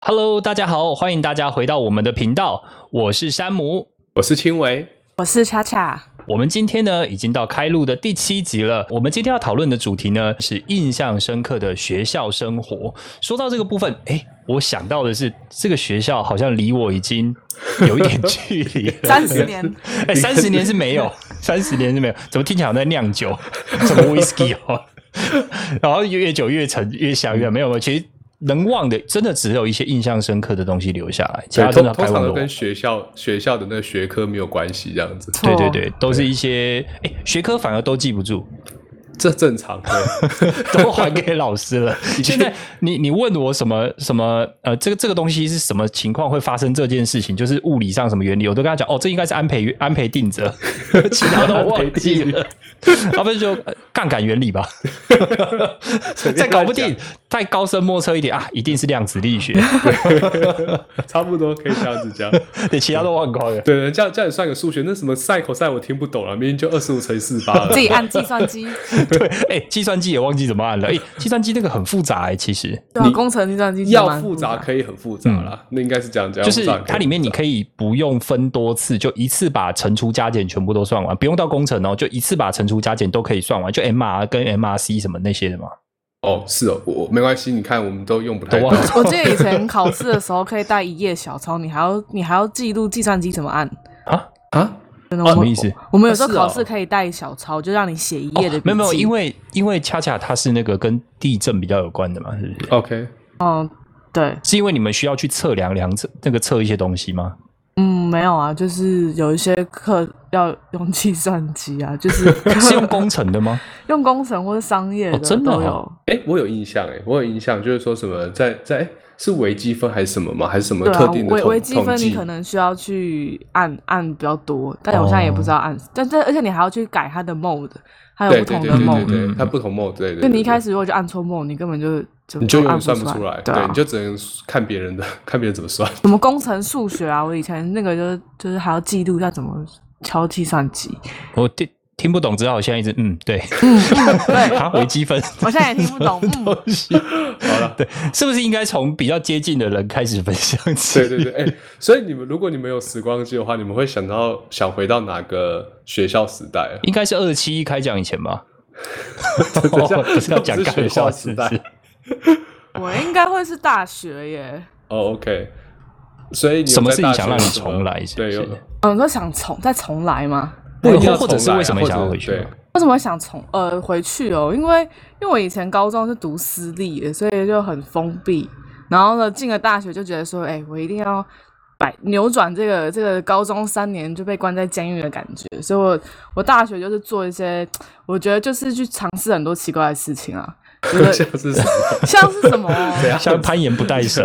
Hello，大家好，欢迎大家回到我们的频道，我是山姆。我是青维，我是叉叉，我们今天呢，已经到开录的第七集了。我们今天要讨论的主题呢，是印象深刻的学校生活。说到这个部分，哎，我想到的是，这个学校好像离我已经有一点 距离了。三 十年，哎，三十年是没有，三十年是没有，怎么听起来好像在酿酒， 什么 whisky 哦，然后越久越沉越香越没有没有，其实能忘的真的只有一些印象深刻的东西留下来，其对他真通的通太常忘都了。跟学校学校的那个学科没有关系，这样子，错对对，哦对，都是一些哎学科反而都记不住，这正常。对， 都还给老师了。 现在你你问我什么什么呃，这个这个东西是什么情况会发生这件事情，就是物理上什么原理，我都跟他讲哦，这应该是安培安培定则， 其他都忘记了。 要不然就呃杠杆原理吧，再搞不定，再高深莫测一点啊，一定是量子力 学，差不多可以这样子讲。对，其他都忘 光了。对，这样这样也算个数学，那什么赛口赛我听不懂了，明明就二十五乘四八了 自。己按计算机，对，哎，计算机也忘记怎么按了。哎，计算机那个很复杂哎，其实对啊你工程计算 机其实要蛮复杂可以很复杂啦，那应该是这样讲。嗯就是要复杂可以它里面你可以不用分多次，就一次把乘除加减全部都算完，不用到工程哦，就一次把乘除加减都可以算完，就 MR 跟 MRC 什么那些的嘛。哦，是哦，我我没关系，你看我们都用不太都到忘了。我记得以前考试的时候可以带一页小抄，你还要你还要记录计算机怎么按。 啊。真的，我什么们意思我们有时候是哦考试可以带小抄，就让你写一啊哦页的笔记。没有没有，因为因为恰恰它是那个跟地震比较有关的嘛，是不是？ OK，对，是因为你们需要去测量量测那个测一些东西 吗？嗯，没有啊，就是有一些课要用计算机啊，就是 是用工程的吗？用工程或者商业哦真的都哦有。哎，我有印象，哎，我有印象，就是说什么在在诶是微积分还是什么吗？还是什么对特啊，定的微统微积分统计你可能需要去按按比较多，但我现在也不知道按，但但而且你还要去改它的 mode，还有嗯对不对同对的对 mode 对。对，嗯它不同 mode，对对。就你一对开始如果就按错 mode，你根本就就你就永按远算不不出来，对对，啊你。就只能看别人的，看别人怎么算。什么工程数学啊，我以前那个就是就是还要记录一下怎么敲计算机，我听听不懂，只好现在一直嗯对，嗯，嗯 对，它微积分我现在也听不懂，嗯，东西。好了，对， 是不是应该从比较接近的人开始分享起？对对对，哎、所以你们如果你们有时光机的话，你们会想到想回到哪个学校时代啊？应该是二七一开讲以前吧。 等一下不是要讲这干是学话校是时不代是？我应该会是大学耶，哦，OK、o k 所以你有什么事情想在大学让你有什么重来是不对，是有嗯，说想重再重来吗？不一定要或者是重来啊为什么或者想要回去对吗为什么想重呃回去哦？因为因为我以前高中是读私立的，所以就很封闭。然后呢，进了大学就觉得说，哎、我一定要摆扭转这个这个高中三年就被关在监狱的感觉。所以我我大学就是做一些，我觉得就是去尝试很多奇怪的事情啊，觉 得像是什 么？啊像是什么，哦 像攀岩不带绳，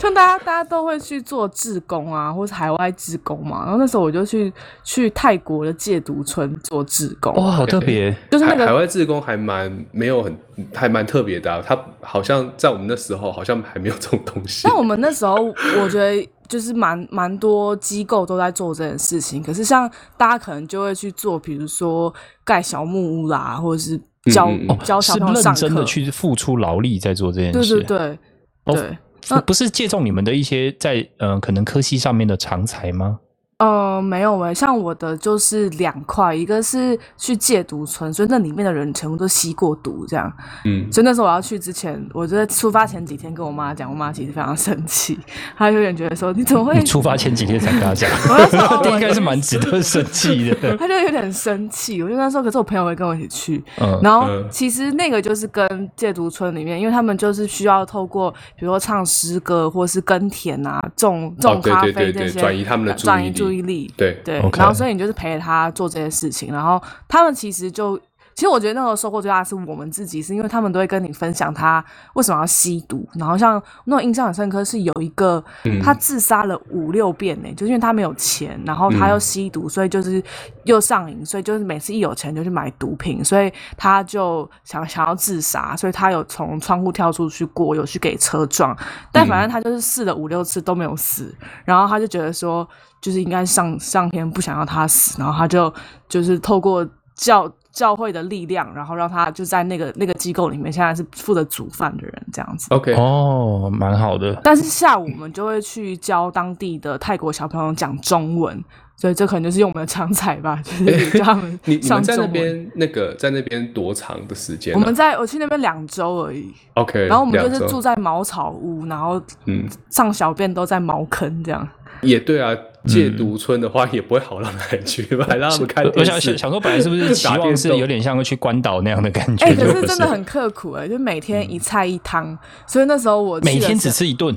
像大家大家都会去做志工啊，或是海外志工嘛。然后那时候我就去去泰国的戒毒村做志工，哇，好特别！就是那海海个外志工还蛮没有很还蛮特别的、啊，他好像在我们那时候好像还没有这种东西。但我们那时候，我觉得就是蛮蛮多机构都在做这件事情。可是像大家可能就会去做，比如说盖小木屋啦，或者是教、嗯嗯嗯教哦小是朋友上认课。真的去付出劳力在做这件对事，对对哦对，不不是借重你们的一些在嗯、呃可能科系上面的长才吗？嗯、没有诶、像我的就是两块，一个是去戒毒村，所以那里面的人全部都吸过毒这样。嗯，所以那时候我要去之前，我就在出发前几天跟我妈讲，我妈其实非常生气，她有点觉得说你怎么会你出发前几天才跟他讲，我那时 候这应该是蛮值得生气的。他就有点生气。我就那时候，可是我朋友会跟我一起去，嗯，然后嗯其实那个就是跟戒毒村里面，因为他们就是需要透过比如说唱诗歌，或是耕田啊、种种哦对咖对啡对这对些，转移他们的注转意移力注意力。对，对 OK 然后所以你就是陪着他做这些事情，然后他们其实就，其实我觉得那时候收获最大的是我们自己，是因为他们都会跟你分享他为什么要吸毒，然后像那种印象很深刻是有一个、他自杀了五六遍呢、就是因为他没有钱，然后他又吸毒，所以就是又上瘾，所以就是每次一有钱就去买毒品，所以他就想想要自杀，所以他有从窗户跳出去过，有去给车撞，但反正他就是试了五六次都没有死，然后他就觉得说，就是应该上上天不想要他死，然后他就就是透过教教会的力量，然后让他就在那个那个机构里面，现在是负责煮饭的人这 样子。 OK，哦，蛮好的。但是下午我们就会去教当地的泰国小朋友讲中文，所以这可能就是用我们的强才吧， 就是教他们 你你上们在那中文。边那个在那边多长的时间、啊？我们在我去那边两周而已， OK，然后我们就两是周住在茅草屋，然后嗯上小便都在茅坑这样。也对啊，戒毒村的话也不会好到哪里去吧，让他们看我电呃想视想。想说，本来是不是期 打望电是动有点像去关岛那样的感觉？哎、就可是不真的很刻苦哎、就每天一菜一汤，所以那时候我去嗯每的天只时吃一顿，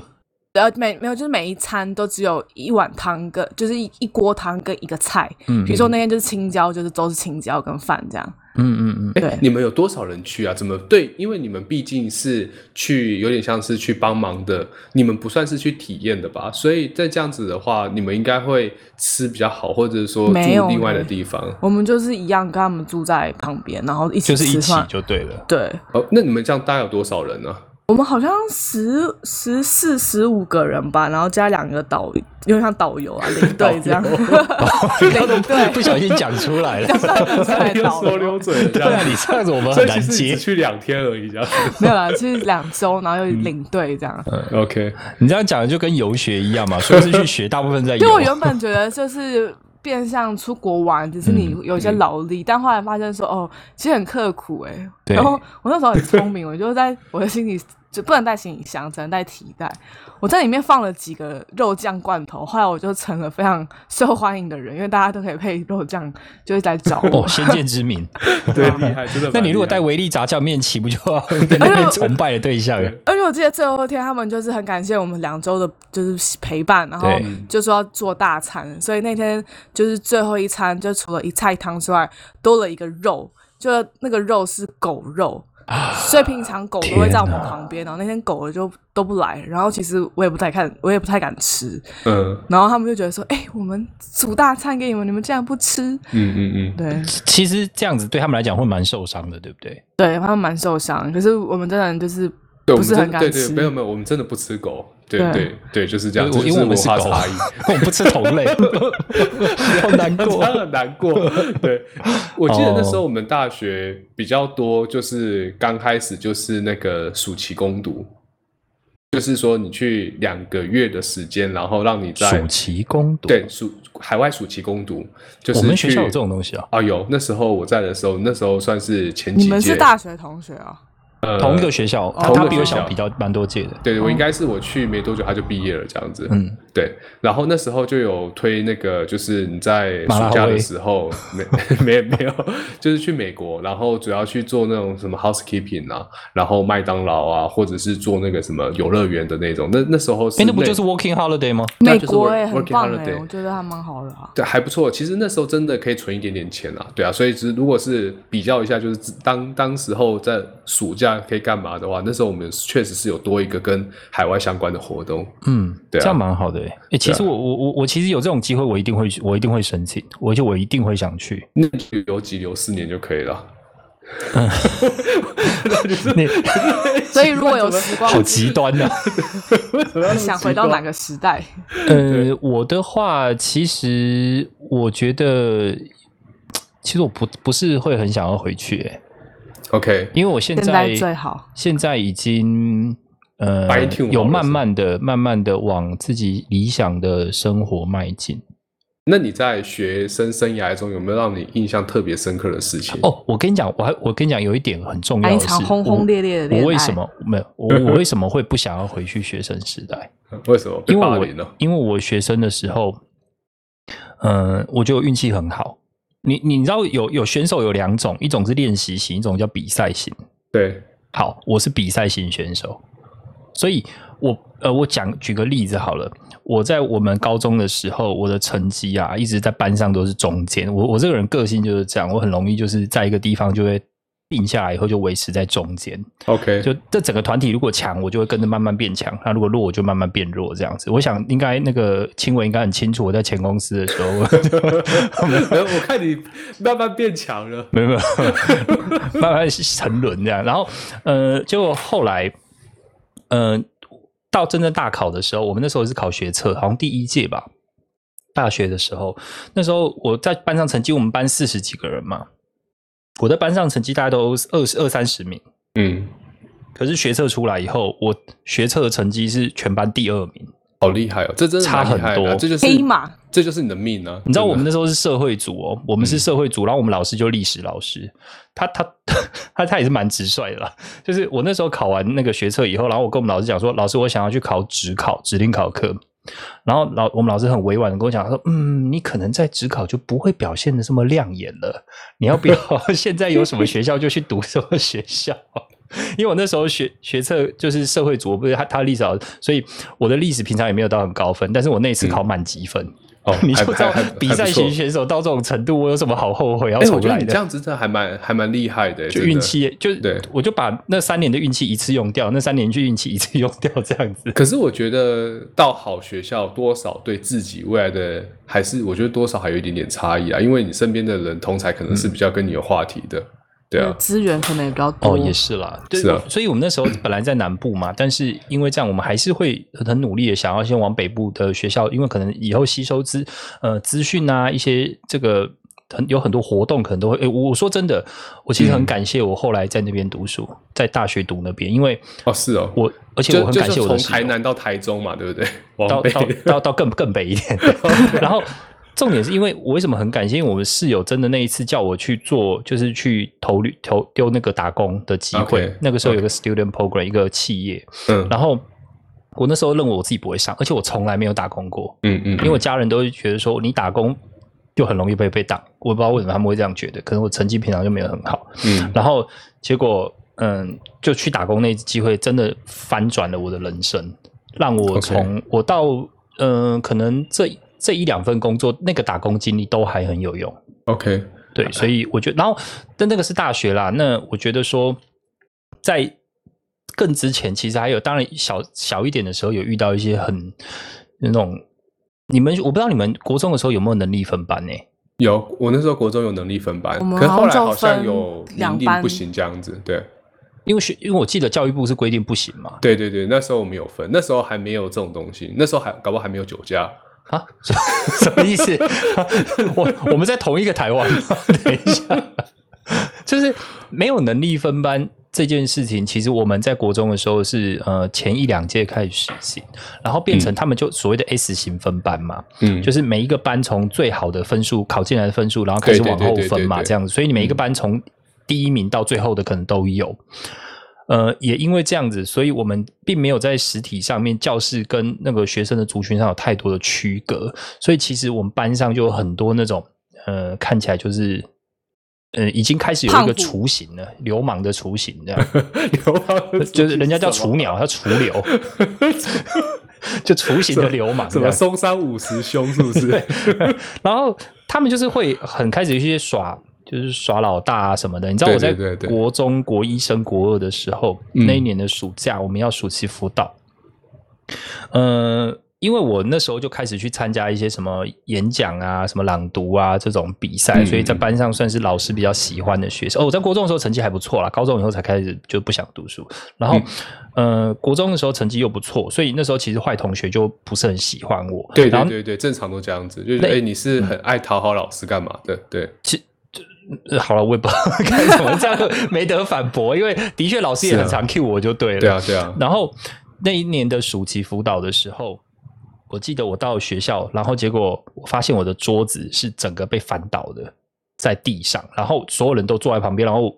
呃，每没有，就是每一餐都只有一碗汤跟，就是一一锅汤跟一个菜。嗯比如说那天就是青椒，就是都是青椒跟饭这样。嗯嗯嗯，对你们有多少人去啊？怎么对？因为你们毕竟是去，有点像是去帮忙的，你们不算是去体验的吧？所以在这样子的话，你们应该会吃比较好，或者说没有住另外的呢地方。我们就是一样跟他们住在旁边，然后一起就是一吃起饭。就对了。对，哦，那你们这样大概有多少人呢、我们好像十十四十五个人吧，然后加两个导，有点像导游啊，领队这样。领队不小心讲出来了， 在又导说游。溜嘴了，这对啊，样你这样子我们很所以其难实你接只。去两天而已，这样。没有啦，就是两周，然后嗯又领队这样。 OK，你这样讲的就跟游学一样嘛，说是去学，大部分 在就游啊我。原本觉得就是变相出国玩，只是你嗯有一些劳力，但后来发现说哦，其实很刻苦哎、对然后我那时候很聪 明，我就在我的行李就不能带行李箱，只能带提袋。我在里面放了几个肉酱罐头，后来我就成了非常受欢迎的人，因为大家都可以配肉酱，就会来找我。哦， 先见之 明。对，厉害，真的蛮厉害。那你如果带维力炸酱面，岂不就 要哎在那边崇拜的对象？而且我记得最后一天，他们就是很感谢我们两周的，就是陪伴，然后对嗯就说要做大餐，所以那天就是最后一餐，就除了一菜一汤之外，多了一个肉，就那个肉是狗肉，啊所以平常狗都会在我们天哪旁边，哦然后那天狗了就都不来，然后其实我也不太看，我也不太敢吃，嗯然后他们就觉得说，哎、我们煮大餐给你们，你们竟然不吃，嗯嗯嗯，对其实这样子对他们来讲会蛮受伤的，对不对？对，他们蛮受伤，可是我们真的就是对，我不们是很真敢对吃对，，没有没有，我们真的不吃狗，对对对对，就是这样，因为这因就为我们文是化狗 差异，我们不吃同类，好难真 过。哦的很难过。对，我记得那时候我们大学比较多，就是刚开始就是那个暑期攻读，就是说你去两个月的时间，然后让你在暑期攻读，对暑海外暑期攻读，就是我们学校去有这种东西啊，啊，有那时候我在的时候，那时候算是前几届，你们是大学同学哦。呃同一个学校，他同一个他比我学校小比较蛮多届的。对对，我应哦该是我去没多久他就毕业了这样子。嗯，对。然后那时候就有推那个，就是你在麻辣暑假味的时候，没 没没有，就是去美国，然后主要去做那种什么 housekeeping 啊，然后麦当劳啊，或者是做那个什么游乐园的那种。那那时候是哎，那不就是 working holiday 吗？那美就是国 work- 哎、很 working 棒哎、 holiday 我觉得还蛮好的啊。对，还不错。其实那时候真的可以存一点点钱啊，对啊，所以只如果是比较一下，就是自当当时候在暑假可以干嘛的话，那时候我们确实是有多一个跟海外相关的活动。嗯，对啊啊这样蛮好的、欸。哎、其实我我我我其实有这种机会，我一定会去我一定会申请，我就我一定会想去。那你就留级留四年就可以了。你 所以如果有时光好机，极端啊！想回到哪个时代？呃，我的话，其实我觉得，其实我不不是会很想要回去、欸， ？OK，因为我现现在在最好。现在已经呃白听好了有慢慢的慢慢的往自己理想的生活迈进。那你在学生生涯中有没有让你印象特别深刻的事情？哦，我跟你讲，我还我跟你讲，有一点很重要谈的一是，场轰轰烈烈的恋我爱。我为什？么没有？我我为什么会不想要回去学生时 代？为什么被因为霸我凌了？因为我学生的时候，嗯、我觉得我运气很好。你你知道有有选手有两种，一种是练习型，一种叫比赛型。对，好，我是比赛型选手，所以我呃，我讲举个例子好了。我在我们高中的时候，我的成绩啊，一直在班上都是中间。我我这个人个性就是这样，我很容易就是在一个地方就会定下来以后就维持在中间。 OK，就这整个团体如果强，我就会跟着慢慢变强；那如果弱，我就慢慢变弱，这样子。我想应该那个青文应该很清楚，我在前公司的时候 哎 我看你慢慢变强了。没有没有， 慢慢沉沦这样。然后呃，就后来呃，到真正大考的时候，我们那时候是考学测，好像第一届吧。大学的时候，那时候我在班上成绩，我们班四十几个人嘛，我在班上成绩大概都二十二三十名，嗯，可是学测出来以后，我学测的成绩是全班第二名。好厉害哦，这真的差蛮厉很害的多啊这就是黑马，这就是你的命啊！你知道我们的那时候是社会组哦，我们是社会组，然后我们老师就历史老师，他他他他也是蛮直率的啦。就是我那时候考完那个学测以后，然后我跟我们老师讲说，老师我想要去考职考指定考课，然后老我们老师很委婉的跟我讲，他说嗯，你可能在职考就不会表现的这么亮眼了，你要不要现在有什么学校就去读什么学校？ 因为我那时候学学测就是社会组，我不是他他历史老师，所以我的历史平常也没有到很高分，但是我那一次考满级分。哦 ，你就还知道还还比赛还不错型选手到这种程度，我有什么好后悔要哎，重我觉得来你这的？样子真的还蛮还蛮厉害的，欸就真的运。气，就对我就把那三年的运气一次用掉，那三年去运气一次用掉，这样子。可是我觉得到好学校，多少对自己未来的还是我觉得多少还有一点点差异啊，因为你身边的人同才可能嗯是比较跟你有话题的，对啊，资源可能也比较 多。哦，也是啦，对，是啊我所以我们那时候本来在南部嘛，但是因为这样，我们还是会很努力的想要先往北部的学校，因为可能以后吸收资呃资讯啊，一些这个很有很多活动，可能都会。诶呃我我说真的，我其实很嗯感谢我后来在那边读书，在大学读那边，因为哦是哦，我而且就我很就感就谢我从的室台友南到台中嘛，对不对？ 到往北到 到到更更北一点。对 然后重点是因为我为什么很感谢，因为我们室友真的那一次叫我去做，就是去投履投丢那个打工的机会。 OK，那个时候有个 student program，一个企业，嗯然后。我那时候认为我自己不会上，而且我从来没有打工过，嗯嗯，因为我家人都会觉得说你打工就很容易被被挡，我不知道为什么他们会这样觉得，可能我成绩平常就没有很好，嗯然后结果，嗯，就去打工那次机会，真的翻转了我的人生，让我 OK 从我到嗯、可能这这一两份工作，那个打工经历都还很有用。 OK，对，所以我觉得，然后但那个是大学啦，那我觉得说，在更之前，其实还有，当然小小一点的时候，有遇到一些很那种。你们我不知道你们国中的时候有没有能力分班呢、有我那时候国中有能力分班，我们可是后来好像就好像有分两明定班不行这样子，对因为学因为我记得教育部是规定不行嘛对对对，那时候我们有分，那时候还没有这种东西，那时候还搞不好还没有酒驾，啊，什什么意 思？我我们在同一个台湾吗？ 等一下，就是没有能力分班这件事情，其实我们在国中的时候是呃前一两届开始实行，然后变成他们就所谓的 S 型分班嘛，嗯就是每一个班从最好的分数考进来的分数，然后开始对对往对后对分对嘛，对嗯这样子，所以你每一个班从第一名到最后的可能都有。呃，也因为这样子，所以我们并没有在实体上面教室跟那个学生的族群上有太多的区隔，所以其实我们班上就有很多那种呃，看起来就是呃，已经开始有一胖个虎雏形了，流氓的雏形这样。流氓 就是人家叫雏 鸟，他雏流， 就雏形的流氓什这么样松山五十凶是 不是？然后他们就是会很开始一些耍，就是耍老大啊什么的。你知道我在对对对对国中国一升国二的时候，嗯那一年的暑假，我们要暑期辅导，呃。因为我那时候就开始去参加一些什么演讲啊、什么朗读啊这种比赛，嗯所以在班上算是老师比较喜欢的学生。哦，我在国中的时候成绩还不错啦，高中以后才开始就不想读书。然嗯后，呃，国中的时候成绩又不错，所以那时候其实坏同学就不是很喜欢我。对然对后对对，正常都这样子，就是那哎、你是很爱讨好老师干嘛的？对，呃好了，我也不知道 该怎么这样，没得反驳，因为的确老师也是啊很常 cue 我就对了。对啊，对啊，然后那一年的暑期辅导的时候，我记得我到学校，然后结果我发现我的桌子是整个被翻倒的，在地上，然后所有人都坐在旁边，然后我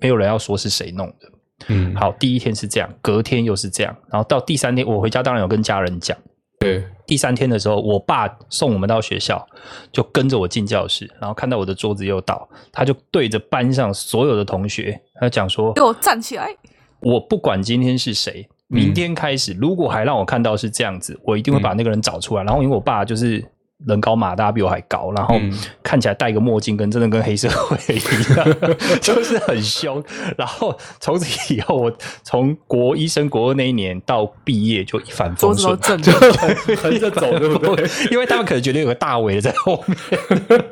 没有人要说是谁弄的。嗯，好，第一天是这样，隔天又是这样，然后到第三天，我回家当然有跟家人讲。对，第三天的时候，我爸送我们到学校，就跟着我进教室，然后看到我的桌子又倒，他就对着班上所有的同学，他讲说给：“我站起来！我不管今天是谁，嗯明天开始，如果还让我看到是这样子，我一定会嗯把那个人找出来。然后因为我爸就是人高马大，比我还高，然后嗯看起来戴个墨镜，跟真的跟黑社会一 样，就是很凶。然后从此以后，我从国一升国二那一年到毕业就一帆桌风子都顺。震 了， 横着走对不对？因为他们可能觉得有个大伟在后面。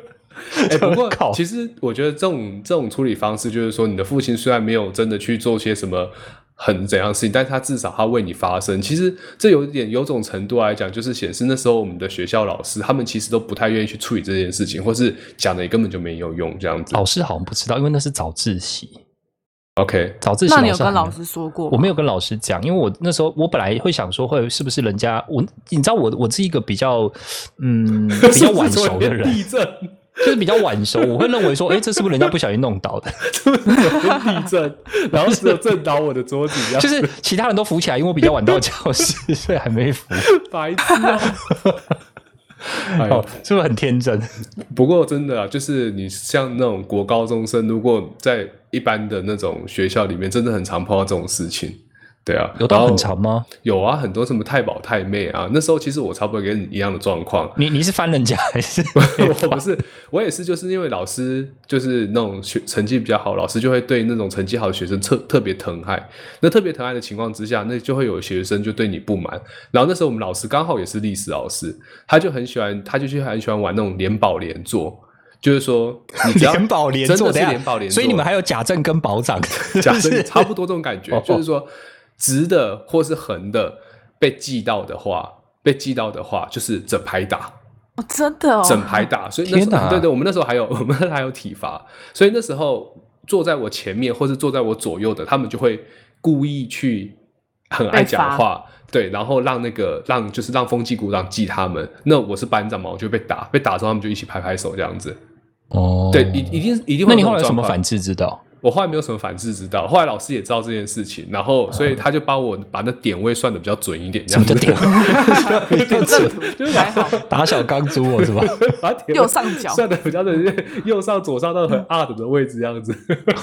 哎、不过靠其实我觉得这种这种处理方式，就是说你的父亲虽然没有真的去做些什么。很怎样的事情，但他至少他为你发声。其实这有点有种程度来讲，就是显示那时候我们的学校老师他们其实都不太愿意去处理这件事情，或是讲的也根本就没有用这样子。老师好像不知道，因为那是早自习， OK，早自习那你好有像跟还没老师说过吗？我没有跟老师讲，因为我那时候我本来会想说会是不是人家我你知道我我是一个比较嗯比较晚熟的 人，地震，就是比较晚熟，我会认为说哎、诶这是不是人家不小心弄倒 的？是不是地震？然后只有震倒我的桌子一样，就是其他人都扶起来，因为我比较晚到教室，所以还没扶。白痴啊！哎哦 呦，是不是很天真？不过真的啊，就是你像那种国高中生，如果在一般的那种学校里面，真的很常碰到这种事情。对啊，有然到后很长吗？，有啊，很多什么太保太妹啊，那时候其实我差不多跟你一样的状况你你是翻人家还是？我不是， 我也是，就是因为老师就是那种学成绩比较好，老师就会对那种成绩好的学生特特别疼爱。那特别疼爱的情况之下，那就会有学生就对你不满。然后那时候我们老师刚好也是历史老师，他就很喜欢，他就去很喜欢玩那种联保联坐，就是说 你 只要联保联真坐的是等一下联保联坐，所以你们还有假证跟保长，假 是不设是差不多这种感觉，就是说直的或是横的被记到的话，被记到的话就是整排打。哦真的哦，整排打，所以那时天哪候对对，我们那时候还有 我们还有体罚，所以那时候坐在我前面或是坐在我左右的，他们就会故意去很爱讲话，对，然后让那个让就是让风纪股长记他们。那我是班长嘛，我就被打，被打之后他们就一起拍拍手这样子。哦对，一一定一定会那有你后来这种状况。有什么反制之道？我后来没有什么反制之道，后来老师也知道这件事情，然后所以他就把我把那点位算的比较准一点，这什么样子叫点？ 有正途还好，打小钢珠啊我 是吧？把点位右上角啊算的比较准，就是右上左上 到很 art 的位置这样子。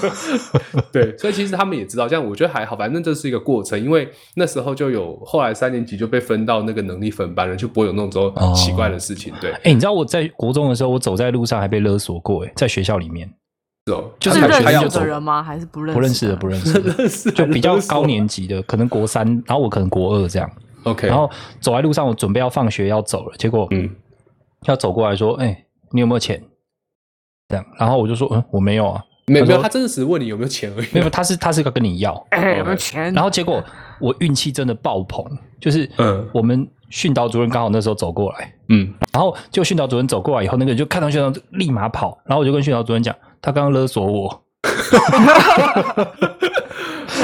对，所以其实他们也知道，这样我觉得还好，反正这是一个过程。因为那时候就有后来三年级就被分到那个能力分班了，就不会有那种哦奇怪的事情。对，哎、你知道我在国中的时候，我走在路上还被勒索过、哎，在学校里面是哦，就是是他感觉认要识走的人吗？还是不认不认识的，不认认识的，认 识就比较高。年级的，可能国三，然后我可能国二这样。 OK，然后走在路上，我准备要放学要走了，结果嗯要走过来说：“哎、你有没有钱？”这样，然后我就说：“嗯，我没有啊，没有没有，他真的只是问你有没有钱而已。没有。”他是他是要跟你要，哎，有没有钱？然后结果我运气真的爆棚，就是嗯我们训导主任刚好那时候走过来，嗯，然后就训导主任走过来以后，那个人就看到训导主任立马跑，然后我就跟训导主任讲，他刚刚勒索我，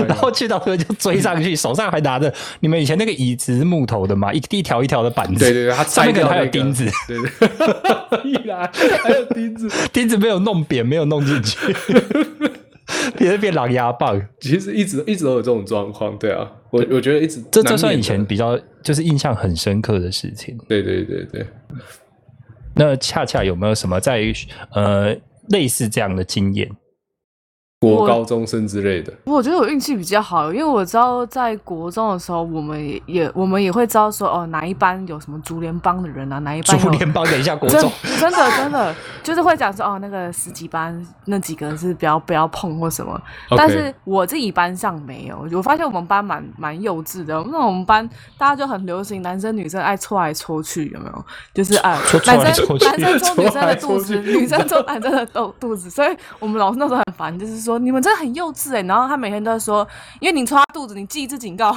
然后训导主任就追上去，手上还拿着你们以前那个椅子是木头的嘛，一一条一条的板子，对对对，他上拆面可能掉还那有个钉子，， 对对， 依然还有钉子。钉子没有弄扁，没有弄进去， 别人变狼牙棒。其实一直一直都有这种状况，对啊，我我觉得一直这难这算免以前的比较就是印象很深刻的事情。对对对对。那恰恰有没有什么在呃类似这样的经验？哦国高中生之类的。我觉得我运气比较好，因为我知道在国中的时候，我们也也我们也会知道说，哦，哪一班有什么竹联帮的人啊，哪一班竹有联帮等一下国真中， 真的真的就是会讲说，哦，那个十几班那几个是不要不要碰或什么。 OK 但是我自己班上没有，我发现我们班蛮蛮幼稚的。那我们班大家就很流行男生女生爱搓来搓去，有没有？就是哎，搓搓来男生搓去男生搓女生的肚子，搓来搓去女生搓男生的肚肚子。所以我们老师那时候很烦，就是说你们真的很幼稚哎、然后他每天都说，因为你搓他肚子，你记一次警告。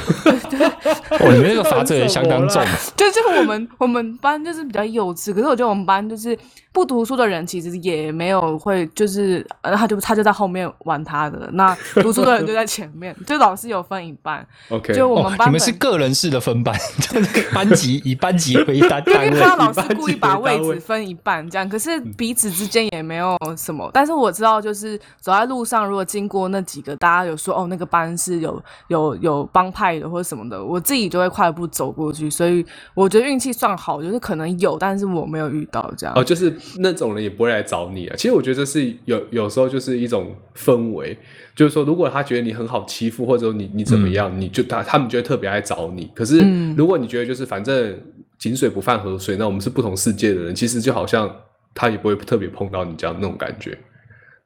哦，你们那个罚则也相当重。就就我们 我们班就是比较幼稚，可是我觉得我们班就是不读书的人，其实也没有会就是，呃，他就他就在后面玩他的，那读书的人就在前面，就老师有分一半， OK，就我哦们，班你本们是个人式的分班， 就是班级以班级为单 因单位为看到老师以班故级意把为位单位嗯置分一半这样，可是彼此之间也没有什么。但是我知道，就是走在路上，如果经过那几个，大家有说哦，那个班是有有有帮派的或者什么的，我自己就会快步走过去。所以我觉得运气算好，就是可能有，但是我没有遇到这样。哦，就是那种人也不会来找你啊。其实我觉得这是有有时候就是一种氛围，就是说，如果他觉得你很好欺负，或者你你怎么样，你就他他们就会特别爱找你。可是嗯如果你觉得就是反正井水不犯河水，那我们是不同世界的人，其实就好像他也不会特别碰到你这样那种感觉，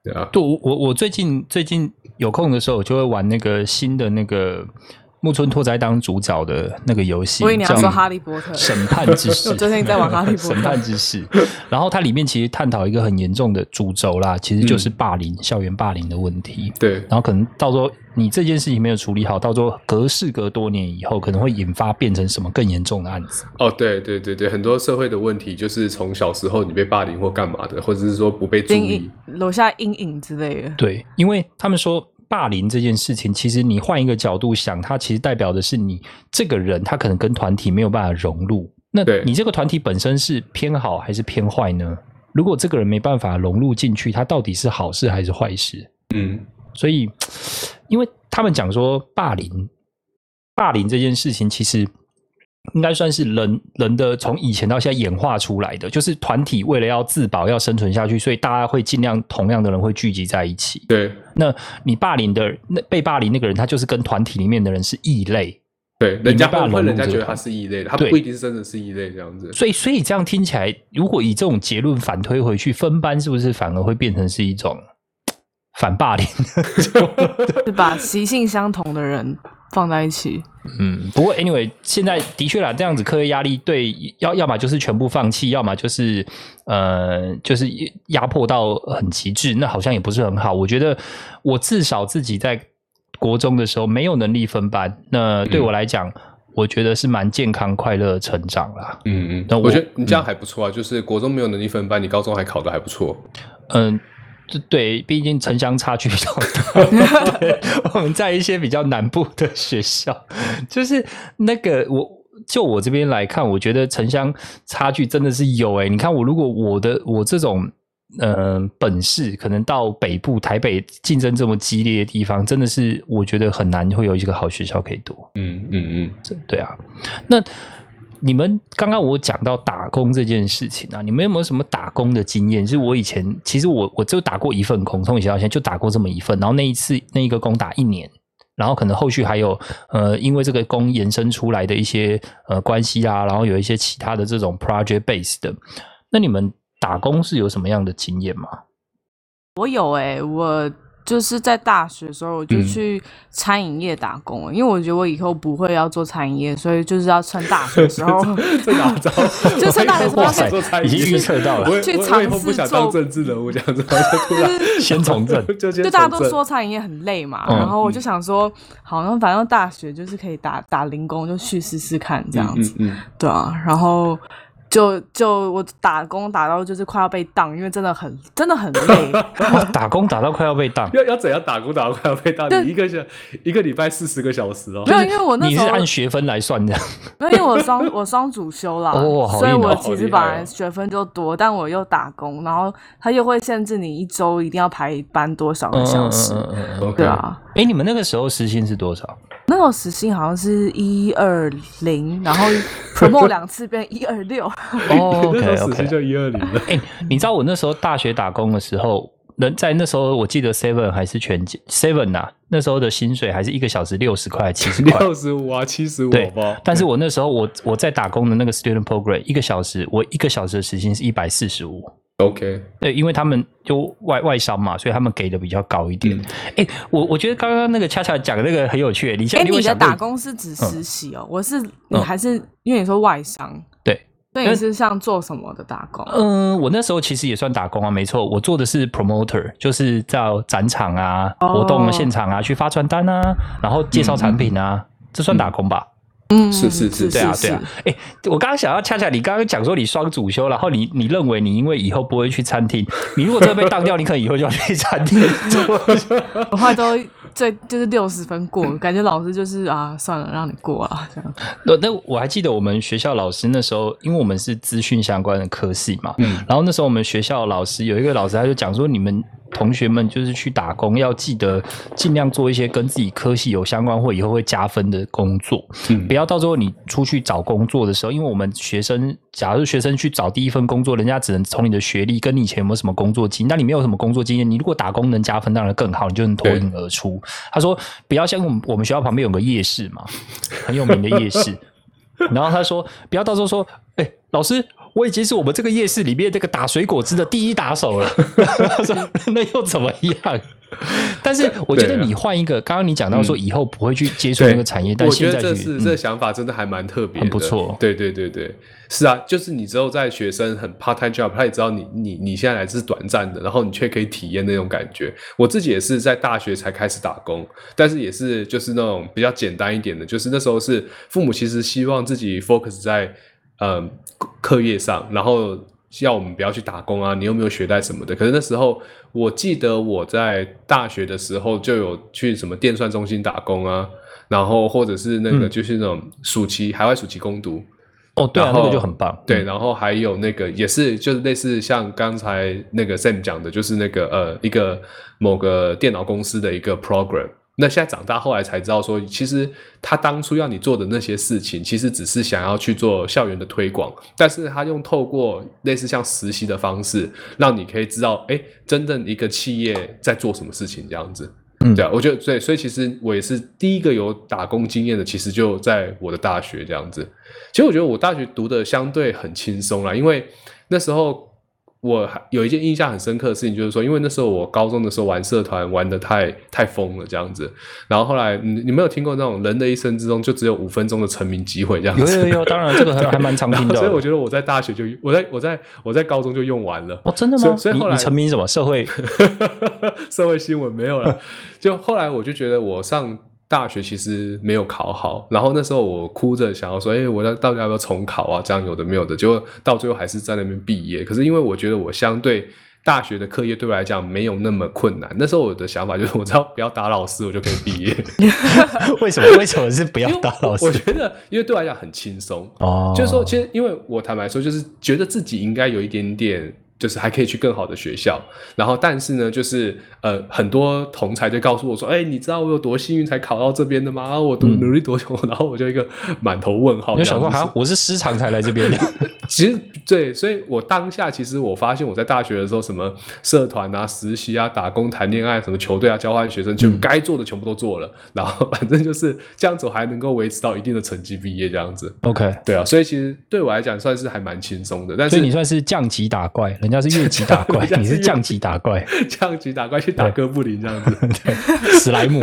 对啊。对，我我我最近最近有空的时候，我就会玩那个新的那个木村拓哉当主角的那个游戏，我以为你要叫说《哈利波特》，审判之 我誓，最近在玩哈利波 特审判之誓。然后它里面其实探讨一个很严重的主轴啦，其实嗯就是霸凌、校园霸凌的问题。对，然后可能到时候你这件事情没有处理好，到时候隔事隔多年以后，可能会引发变成什么更严重的案子。哦，对对对对，很多社会的问题就是从小时候你被霸凌或干嘛的，或者是说不被注阴意影，留下阴影之类 的。对，因为他们说霸凌这件事情，其实你换一个角度想，它其实代表的是你这个人，他可能跟团体没有办法融入。那对你这个团体本身是偏好还是偏坏呢？如果这个人没办法融入进去，他到底是好事还是坏事？嗯，所以，因为他们讲说霸凌，霸凌这件事情其实应该算是人人的从以前到现在演化出来的，就是团体为了要自保、要生存下去，所以大家会尽量同样的人会聚集在一起。对那你霸凌的那被霸凌那个人，他就是跟团体里面的人是异类，对，人家没办法融会会入人家这个觉得他团是异类的，他对不一定是真的是异类这样子。所以所以这样听起来，如果以这种结论反推回去，分班是不是反而会变成是一种反霸凌？ 是把习性相同的人放在一起。嗯，不过 anyway，现在的确啦，这样子课业压力对要要么就是全部放弃，要么就是呃就是压迫到很极致，那好像也不是很好。我觉得我至少自己在国中的时候没有能力分班，那对我来讲，我觉得是蛮健康快乐的成长啦。嗯嗯，那我我觉得你这样还不错啊，就是国中没有能力分班，你高中还考得还不错。嗯，这对，毕竟城乡差距比较大。对，我们在一些比较南部的学校，就是那个我就我这边来看，我觉得城乡差距真的是有欸诶、你看我如果我的我这种。呃，本市可能到北部台北竞争这么激烈的地方，真的是我觉得很难会有一个好学校可以读。嗯嗯嗯，对啊，那你们刚刚我讲到打工这件事情啊，你们有没有什么打工的经验？是我以前其实我我就打过一份工，从以前到现在就打过这么一份，然后那一次那一个工打一年。然后可能后续还有呃，因为这个工延伸出来的一些呃关系啊，然后有一些其他的这种 project base 的。那你们打工是有什么样的经验吗？ 我有哎、我就是在大学的时候我就嗯去餐饮业打工欸了、因为我觉得我以后不会要做餐饮业，所以就是要趁大学的时 候 这哪 招？就趁大学的时候哇塞已经预测到了我去我尝我以后不试想当做政治人物这样子，然后就突然先从 政 就先就大家都从政说餐饮业很累嘛，嗯然后我就想说，好，那反正大学就是可以打打零工，就去试试看这样子，嗯嗯对啊，然后就就我打工打到就是快要被当，因为真的很真的 很累，哇，哦打工打到快要被当嗯，，要要怎样打工打工要被打？对啊你一个小一个礼拜四十个小时哦没。有，因为我那你时是候按学分来算的，没有，因为我双我双主修啦，哦好所以硬哦我好其实厉本害哦来学分就多，但我又打工，然后他又会限制你一周一定要排班多少个小时，嗯嗯嗯嗯 OK 对，啊。哎，你们那个时候时薪是多少？那时候时薪好像是一二零，然后 promo 两次变一二 六，哦那，OK 时候死 OK 期。就一二零 了。哎、你知道我那时候大学打工的时候，人在那时候我记得 Seven 还是全家 Seven 啊，那时候的薪水还是一个小时六十块七十块。六十五啊，七十五，对好不好？但是我那时候我我在打工的那个 student program 一个小时，我一个小时的时薪是一百四十五。 OK，对，因为他们就外外商嘛，所以他们给的比较高一点。嗯哎、我我觉得刚刚那个恰恰讲的那个很有趣，你现哎，在有你的想过打工是指实习哦？我是你嗯还是因为你说外商，对，所以你是像做什么的打工？嗯，我那时候其实也算打工啊，没错，我做的是 promoter，就是到展场啊、哦活动现场啊去发传单啊，然后介绍产品啊，这算打工吧？嗯，是是是对啊，是对啊。哎、我刚刚想要恰恰你刚刚讲说你双主修，然后你你认为你因为以后不会去餐厅，你如果真的被当 掉，你可能以后就要去餐厅做。我后来都最就是六十分过，感觉老师就是啊，算了，让你过啊，这样。那那我还记得我们学校老师那时候，因为我们是资讯相关的科系嘛，嗯，然后那时候我们学校老师有一个老师，他就讲说，你们同学们就是去打工，要记得尽量做一些跟自己科系有相关或以后会加分的工作，嗯不要到时候你出去找工作的时候，因为我们学生，假如学生去找第一份工作，人家只能从你的学历跟你以前有没有什么工作经验，那你没有什么工作经验，你如果打工能加分，当然更好，你就能脱颖而 出。他说，不要像我们我们学校旁边有个夜市嘛， 很有名的夜 市。然后他说：“不要到时候说，哎、老师，我已经是我 们这个夜市里面这个打水果汁的第一打手了。”他说：“那又怎么样？”但是我觉得啊你换一个，刚刚你讲到说以后不会去接触那个产业，但嗯我现觉在得这去是、嗯这想法真的还蛮特别的，很不错对对对对，是啊，就是你之后在学生很 part time job，他也知道你你你现在来自短暂的，然后你却可以体验那种感觉。我自己也是在大学才开始打工，但是也是就是那种比较简单一点的，就是那时候是父母其实希望自己 focus 在嗯课业上，然后要我们不要去打工啊，你有没有学贷什么的？可是那时候我记得我在大学的时候就有去什么电算中心打工啊，然后或者是那个嗯就是那种暑期、海外暑期攻读，哦，对啊，然后那个就很棒。对，嗯，然后还有那个也是就是类似像刚才那个 Sam 讲的，就是那个呃一个某个电脑公司的一个 program。那现在长大后来才知道说，其实他当初要你做的那些事情，其实只是想要去做校园的推广，但是他用透过类似像实习的方式，让你可以知道，哎，真正一个企业在做什么事情这样子。嗯对啊，我觉得对，所以其实我也是第一个有打工经验的，其实就在我的大学这样子。其实我觉得我大学读的相对很轻松啦，因为那时候我还有一件印象很深刻的事情，就是说，因为那时候我高中的时候玩社团玩的太太疯了这样子，然后后来你你没有听过那种人的一生之中就只有五分钟的成名机会这样有子，有有，当然这个 还还蛮常然听后的。啊所以我觉得我在大学就我在我在我在高中就用完了。哦，真的所以吗？所以你后来你成名什么社 会？社会新闻没有了。就后来我就觉得我上大学其实没有考好，然后那时候我哭着想要说，哎、我要到底要不要重考啊？这样有的没有的，结果到最后还是在那边毕业。可是因为我觉得我相对。大学的课业对我来讲没有那么困难，那时候我的想法就是，我只要不要打老师，我就可以毕业。为什么？为什么 是不要打老我师？觉得，因为对我来讲很轻松，哦，就是说，其实因为我坦白说，就是觉得自己应该有一点点，就是还可以去更好的学校。然后，但是呢，就是呃，很多同才就告诉我说：“哎、你知道我有多幸运才考到这边的吗？啊我努努力多久？” 然后我就一个满头问号嗯你这就样子。想说，哈，我是失常才来这 边的。其实对，所以我当下其实我发现我在大学的时候，什么社团啊、实习啊、打工、谈恋爱、什么球队啊、交换学生，嗯就该做的全部都做了。然后反正就是这样子，我还能够维持到一定的成绩毕业这样子。 OK，对啊，所以其实对我来讲算是还蛮轻松的，但所是以你算是降级打怪，人家是越级打怪 人，家是你是越降级打 怪，这样去打怪去打哥布林这样子，史莱姆。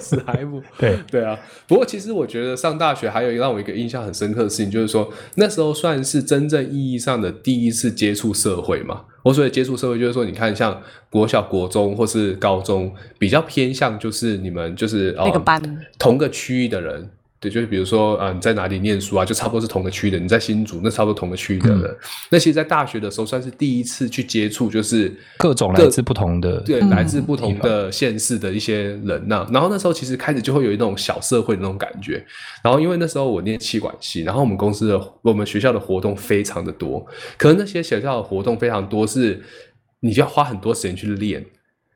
史莱姆。对，对啊，不过其实我觉得上大学还有一个让我一个印象很深刻的事情，就是说那时候算是真正意义上的第一次接触社会嘛。我所谓接触社会，就是说你看像国小、国中或是高中，比较偏向就是你们就是那个哦班同个区域的人。对，就是比如说，啊，你在哪里念书啊，就差不多是同个区域的。你在新竹，那差不多同个区域的人。那其实，在大学的时候，算是第一次去接触，就是各种来自不同的对，嗯来自不同的县市的一些人呐、然后那时候其实开始就会有一种小社会的那种感觉。然后因为那时候我念气管系，然后我们公司的我们学校的活动非常的多，可能那些学校的活动非常多是你就要花很多时间去练。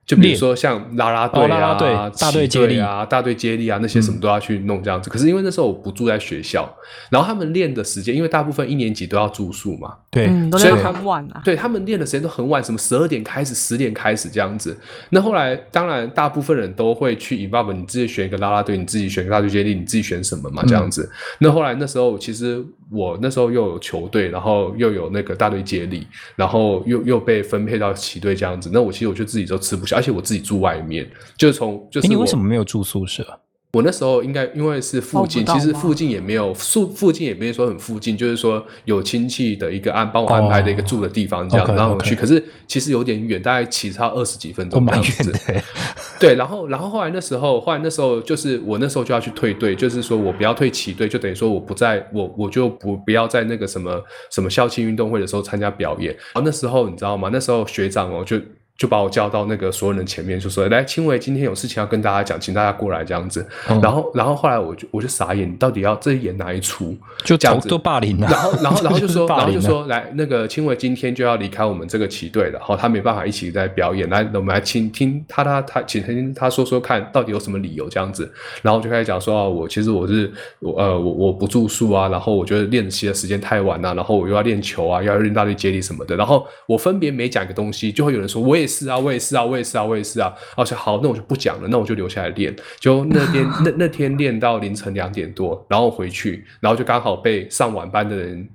就比如练说像啦啦队哦啦啦啊、队旗大队接力嗯啊、大队接力啊那些什么都要去弄这样子。可是因为那时候我不住在学校，然后他们练的时间，因为大部分一年级都要住宿嘛，对，嗯，都所以练他到很晚啊。对他们练的时间都很晚，什么十二点开始、十点开始这样子。那后来，当然大部分人都会去 involve，你自己选一个啦啦队，你自己选一个大队接力，你自己选什么嗯嘛这样子。那后来那时候，其实我那时候又有球队，然后又有那个大队接力，然后又又被分配到旗队这样子。那我其实我就自己都吃不消，而且我自己住外面，就是从就是诶你我为什么没有住宿舍？我那时候应该因为是附近，报不到其吗实附近也没有附附近也没有说很附近，就是说有亲戚的一个安帮我安排的一个住的地方这样， OK，然后我 OK 去。可是其实有点远，大概骑车二十几分都钟这蛮样远子的。欸。 对，然后然后后来那时候，后来那时候就是我那时候就要去退队，就是说我不要退旗队，就等于说我不在我我就不不要在那个什么什么校庆运动会的时候参加表演。然后那时候你知道吗？那时候学长哦就。就把我叫到那个所有人前面，就说：“来，青伟，今天有事情要跟大家讲，请大家过来这样子。嗯然后，然后后来我就我就傻眼，你到底要这演哪一出？就这样都子都霸凌了、然后，然 后，然后就说，啊霸然凌啊后就说，来，那个青伟今天就要离开我们这个旗队了，好，他没办法一起在表演，来，我们来听听他他他，请听他说说看，到底有什么理由这样子。然后就开始讲说，啊、我其实我是我呃我我不住宿啊，然后我觉得练习的时间太晚了、然后我又要练球啊，又要练大力接力什么的，然后我分别每讲一个东西，就会有人说我也是啊，我也是啊，我也是啊，我也是啊，然后我说好，那我就不讲了，那我就留下来练。就那天那那天练到凌晨两点多，然后回去，然后就刚好被上晚班的人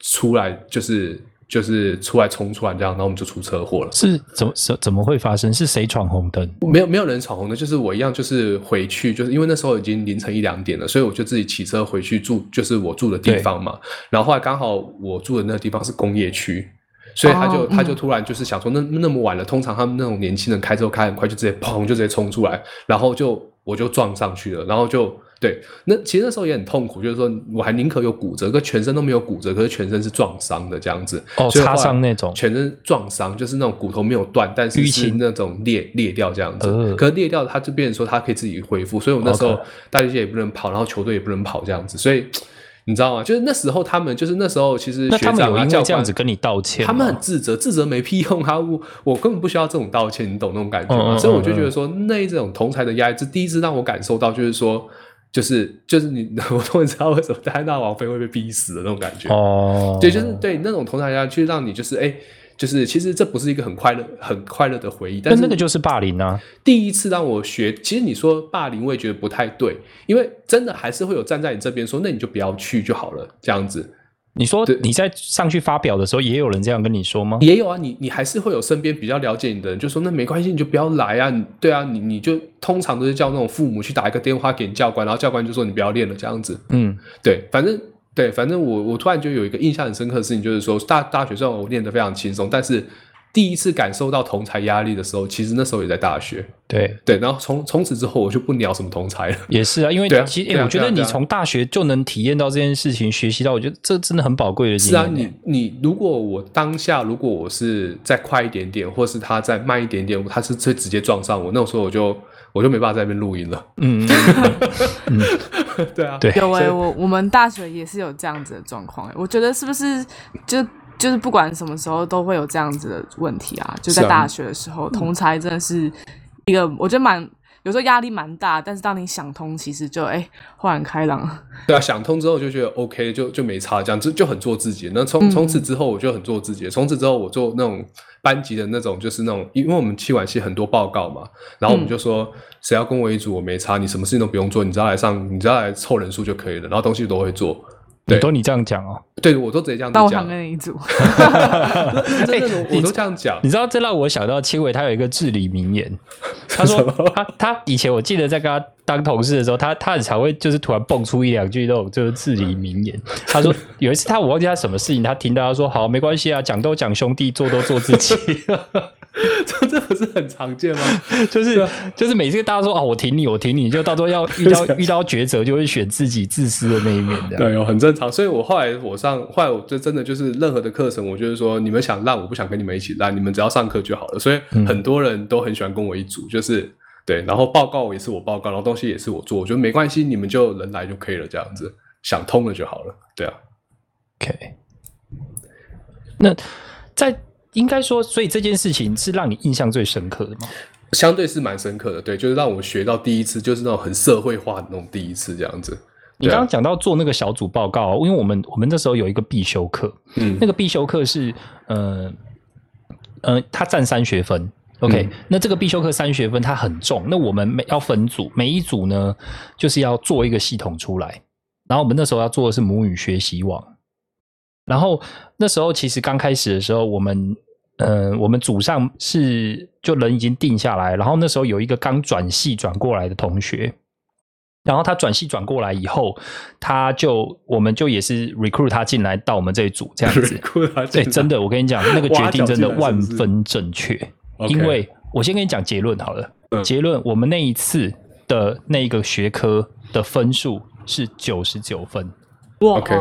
出来就是。就是出来冲出来这样，然后我们就出车祸了。是怎么怎怎么会发生？是谁闯红灯？没有没有人闯红灯，就是我一样，就是回去，就是因为那时候已经凌晨一两点了，所以我就自己骑车回去住，就是我住的地方嘛。然后后来刚好我住的那个地方是工业区，所以他就、哦嗯他就突然就是想说，那那么晚了，通常他们那种年轻人开车开很快，就直接砰就直接冲出来，然后就我就撞上去了，然后就。对，那其实那时候也很痛苦，就是说我还宁可有骨折，可全身都没有骨折，可是全身是撞伤的这样子。哦所以后擦来伤那种全身撞伤，就是那种骨头没有断，但是淤是青那种裂裂掉这样子。呃可是裂掉，它就变成说它可以自己恢复，所以我那时候 OK 大学界也不能跑，然后球队也不能跑这样子，所以你知道吗？就是那时候他们就是那时候其实那学他们长有因啊为教这样官子。跟你道歉吗？他们很自责，自责没屁用啊！我我根本不需要这种道歉，你懂那种感觉嗯吗？嗯嗯所以我就觉得说，那一种同才的压力，这第一次让我感受到，就是说，就是就是你， 我终于知道为什么戴安娜王妃会被逼死的那种感觉。哦，对，就是对那种同台压，去让你就是哎、就是其实这不是一个很快乐、很快乐的回忆，那但是那个就是霸凌啊。第一次让我学，其实你说霸凌，我也觉得不太对，因为真的还是会有站在你这边说，那你就不要去就好了，这样子你说对你在上去发表的时候，也有人这样跟你说吗？也有啊，你你还是会有身边比较了解你的人就说，那没关系，你就不要来啊，你对啊，你你就通常都是叫那种父母去打一个电话给你教官，然后教官就说你不要练了这样子，嗯，对，反正对，反正我我突然就有一个印象很深刻的事情，就是说大大学虽然我练得非常轻松，但是第一次感受到同才压力的时候，其实那时候也在大学。对，对，然后从从此之后我就不鸟什么同才了。也是啊，因为对啊其实、对诶啊我觉对得啊你对啊从大学就能体验到这件事情，学习到，我觉得这真的很宝贵的经是验啊，欸。你你如果我当下如果我是再快一点点，或是他再慢一点点，他是会直接撞上我，那时候我就我就没办法在那边录音了。 嗯，嗯嗯对啊，对有哎、所以我我们大学也是有这样子的状况哎，我觉得是不是就就是不管什么时候都会有这样子的问题啊？就是在啊大学的时候，同才真的是一个我觉得蛮有时候压力蛮大，但是当你想通，其实就哎、豁然开朗了。对啊，想通之后就觉得 OK，就就没差，这样就就很做自己。那从从此之后我就很做自己，从此之后我做那种班级的那种，就是那种，因为我们气管系很多报告嘛，然后我们就说、谁要跟我一组，我没差，你什么事情都不用做，你只要来上，你只要来凑人数就可以了，然后东西都会做。对你都你这样讲哦。对，我都直接这样子但我讲想，跟你一组，认 真的，我都这样讲。 你知道，这让我想到青伟他有一个至理名言，他说他他以前我记得在跟他当同事的时候，他他很常会就是突然蹦出一两句那种就是至理名言。他说有一次他我忘记他什么事情，他听到他说好没关系啊，讲都讲兄弟，做都做自己。这这不是很常见吗？就是啊就是每次大家说啊，我挺你，我挺你，就到时候要遇 到遇到抉择，就会选自己自私的那一面这样。对，哦很正常。所以我后来我上，后来我就真的就是任何的课程，我就是说，你们想烂，我不想跟你们一起烂，你们只要上课就好了。所以嗯很多人都很喜欢跟我一组，就是对，然后报告也是我报告，然后东西也是我做，我觉得没关系，你们就人来就可以了，这样子想通了就好了。对啊， OK，那在应该说，所以这件事情是让你印象最深刻的吗？相对是蛮深刻的，对，就是让我学到第一次，就是那种很社会化的那种第一次这样子。你对啊刚刚讲到做那个小组报告啊、因为我们我们那时候有一个必修课，嗯那个必修课是呃呃，它占三学分。OK，、嗯那这个必修课三学分它很重，那我们每要分组，每一组呢就是要做一个系统出来。然后我们那时候要做的是母语学习网。然后那时候其实刚开始的时候，我们呃，我们组上是就人已经定下来，然后那时候有一个刚转系转过来的同学，然后他转系转过来以后，他就我们就也是 recruit 他进来到我们这一组这样 子。酷啊，对，真的，我跟你讲，那个决定真的挖角万进来是不是分正确， OK 因为我先跟你讲结论好了。嗯结论，我们那一次的那个学科的分数是九十九分。哇 OK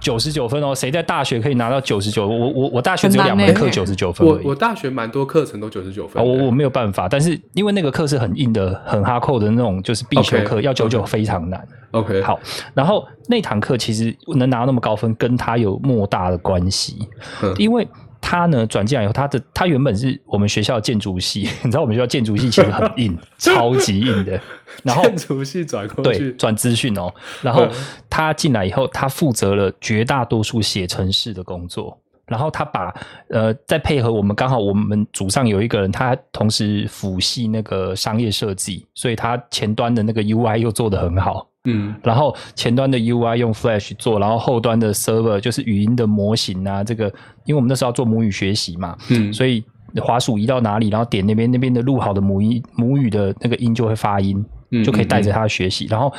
九十九分哦，谁在大学可以拿到九十九？我我我大学只有很两难门欸课九十九分而我已。我大学蛮多课程都九十九啊，分的，我我没有办法，但是因为那个课是很硬的、很哈扣的那种，就是必修 OK，嗯课，要九九 OK 非常难。 OK 好，然后那堂课其实能拿到那么高分，跟他有莫大的关系，嗯因为他呢转进来以后，他的他原本是我们学校的建筑系， 你知道我们学校建筑系其实很 硬，超级硬的。然后建筑系转过对去，转资讯哦，然后嗯他进来以后，他负责了绝大多数写程式的工作。然后他把呃再配合我们刚好我们组上有一个人，他同时辅系那个商业设计，所以他前端的那个 UI 又做得很好。嗯，然后前端的 UI 用 Flash 做，然后后端的 server 就是语音的模型啊，这个因为我们那时候要做母语学习嘛，嗯所以滑鼠移到哪里，然后点那边那边的录好的母音母语的那个音就会发音，嗯就可以带着它学习。然后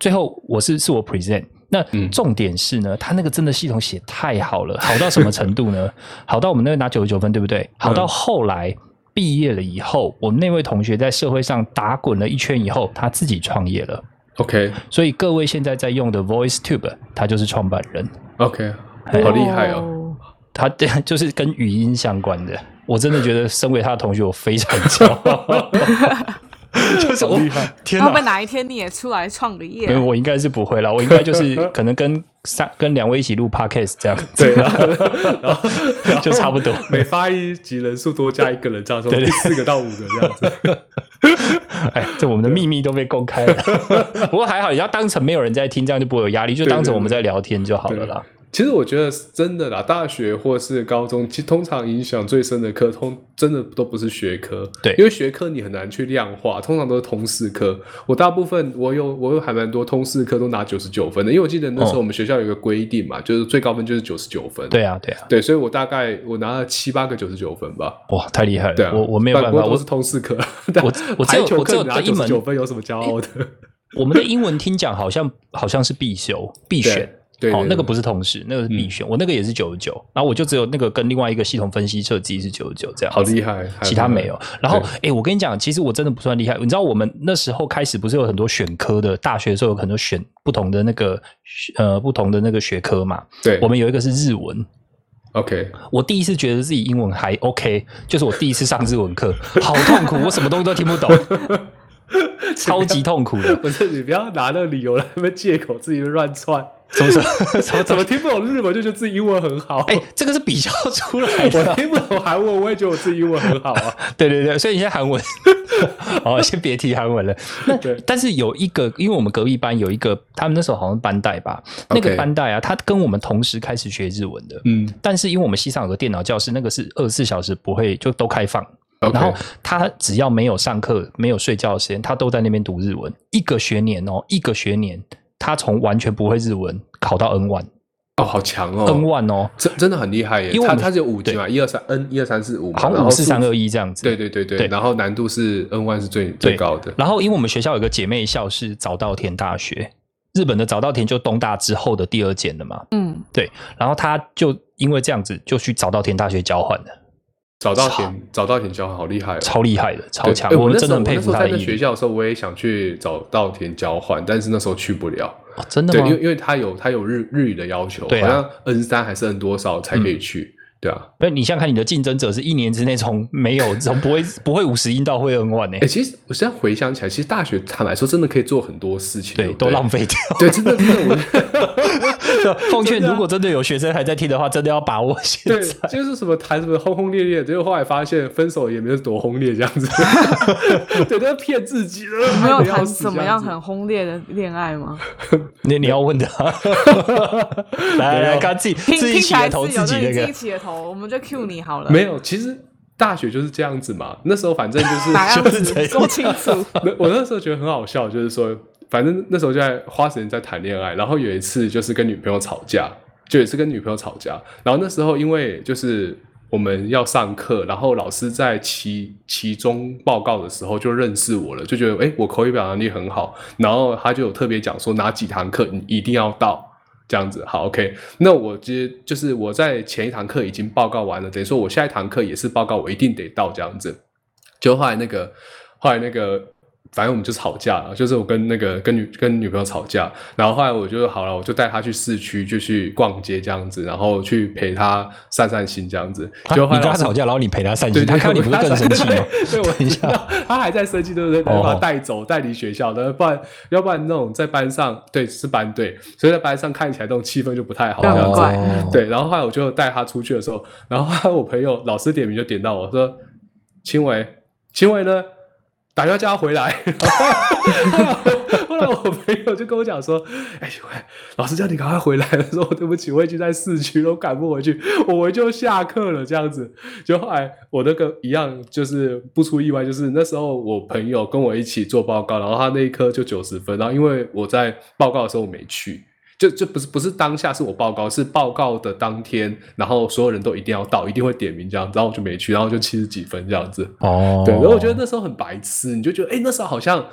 最后我是是我 present。那嗯重点是呢，它那个真的系统写太好了，好到什么程度呢？ 好到我们那个拿九十九分，对不嗯对？好到后来毕业了以后，我们那位同学在社会上打滚了一圈以后，他自己创业了。 ，OK 所以各位现在在用的 VoiceTube，他就是创办人， OK，好厉害哦。他 就是跟语音相关的。我真的觉得，身为他的同学，我非常骄 傲。就是我好厉害，天会不会哪！哪一天你也出来创个业啊啊没？有，我应该是不会啦。我应该就是 可能跟三跟两位一起录 podcast 这样子，对，然后然后就差不多。每发一集人数多加一个人，这样说对对第四个到五个这样 子。 哎，这我们的秘密都被公开了。 不过还好，你要当成没有人在听，这样就不会有压力，就对当成对我们对在聊天就好对了啦。其实我觉得是真的啦，大学或是高中，其实通常影响最深的科，通真的都不是学科，对因为学科你很难去量化，通常都是通识科。我大部分我有我有还蛮多通识科都拿九十九分的，因为我记得那时哦候我们学校有一个规定嘛，就是最高分就是九十九分，对啊，对啊，对，所以我大概我拿了七八个九十九分吧。哇，太厉害对了！啊，我我没有不办过法，都我是通识 科，我我只有排球我只有课拿这一九门十九分有什么骄傲的？我们的英文听讲好像好像是必修必选，对对哦，对嗯那个不是同时，那个是必选，我那个也是九十九，然后我就只有那个跟另外一个系统分析设计是九十九这样，好厉，害，其他没有。然后对，哎，我跟你讲，其实我真的不算厉害，你知道我们那时候开始不是有很多选科的，大学的时候有很多选不同的那个呃不同的那个学科嘛，对，我们有一个是日文， OK，我第一次觉得自己英文还 OK，就是我第一次上日文课，好痛苦，我什么东西都听不 懂，超级痛苦的。不是你不要拿那个理由来那边借口自己乱窜，什 么什么什么怎么听不懂日文就觉得自己英文很好？啊哎、这个是比较出来 我的。听不懂韩文，我也觉得我自己英文很好啊。 对对对，所以你现在韩文， 哦，先别提韩文了。那对但是有一个，因为我们隔壁班有一个，他们那时候好像班代吧，那个 OK 班代啊，他跟我们同时开始学日文的。嗯但是因为我们西上有个电脑教室，那个是二十四小时不会就都开放。 ，OK，然后他只要没有上课、没有睡觉的时间，他都在那边读日文。一个学年哦，一个学年，他从完全不会日文考到 N 1哦，好强哦 n 1哦，真真的很厉害耶因为我它们它只有五级嘛，一二三 N 一二三四五嘛，好然像后五四三数二一这样子。对对对对，对然后难度是 N one 是最最高的。然后，因为我们学校有个姐妹校是早稻田大学，日本的早稻田就东大之后的第二间了嘛。嗯，然后他就因为这样子，就去早稻田大学交换了，找到田，找到田交好厉害哦！超厉害的，超对强哎，们那真时的候很我佩那时服候他在的那毅学力。校的时候，我也想去找稻田交换，但是那时候去不了。哦真的对，吗因为？因为他有他有日日语的要求，对啊嗯好像 N 三还是 N 多少才可以去，对啊。不是你想想看，你的竞争者是一年之内从没有从不会不会五十音到会 N 万呢哎、，其实我现在回想起来，其实大学坦白说，真的可以做很多事情，对对，不都对浪费 掉。对，真的真 的我。奉劝，真的啊如果真的有学生还在听的话，真的要把握现对在。，就是什么谈什么轰轰烈烈，结果后来发现分手也没有多轰烈这样子， 对，都是骗自己的，你没有爱 得要谈死怎么这样子很轰烈的恋爱吗？你你要问 他，来来，刚自己听自己听起起了来头，是有自己那那你自个己。起的头，我们就 Q 你好了。没有，其实大学就是这样子嘛。那时候反正 就是，哪样就是这子样说啊清楚。 那我那时候觉得很好笑，就是说，反正那时候就在花时间在谈恋爱，然后有一次就是跟女朋友吵架，就也是跟女朋友吵架，然后那时候因为就是我们要上课，然后老师在期期中报告的时候就认识我了，就觉得哎、诶我口语表达能力很好，然后他就有特别讲说哪几堂课你一定要到。这样子好，OK。那我接就是我在前一堂课已经报告完了，等于说我下一堂课也是报告，我一定得到这样子。就后来那个，后来那个，反正我们就吵架了，就是我跟那个跟女跟女朋友吵架，然后后来我就好了，我就带她去市区，就去逛街这样子，然后去陪她散散心这样子。啊就后你跟来他老师吵架，然后你陪他散对心，对，他看你不是更生气吗？ 对，我等一下知道，他还在生气，对不对？哦把他带走，带离学校的，不然要不然那种在班上，对，是班队，所以在班上看起来那种气氛就不太好，这对样很子。怪哦对，然后后来我就带他出去的时候，然后后来我朋友老师点名就点到我说：“青伟，青伟呢？打电话叫他回来。”后来我后后来我朋友就跟我讲说：“哎、喂，老师叫你赶快回来了。”说：“对不起，我已经在市区了，我赶不回去，我回就下课了。”这样子，就后来我那个一样，就是不出意外，就是那时候我朋友跟我一起做报告，然后他那一科就九十分，然后因为我在报告的时候我没去。就就不是不是当下是我报告，是报告的当天，然后所有人都一定要到，一定会点名这样，然后我就没去，然后就七十几分这样子。哦，对，然后我觉得那时候很白痴，你就觉得哎、诶那时候好像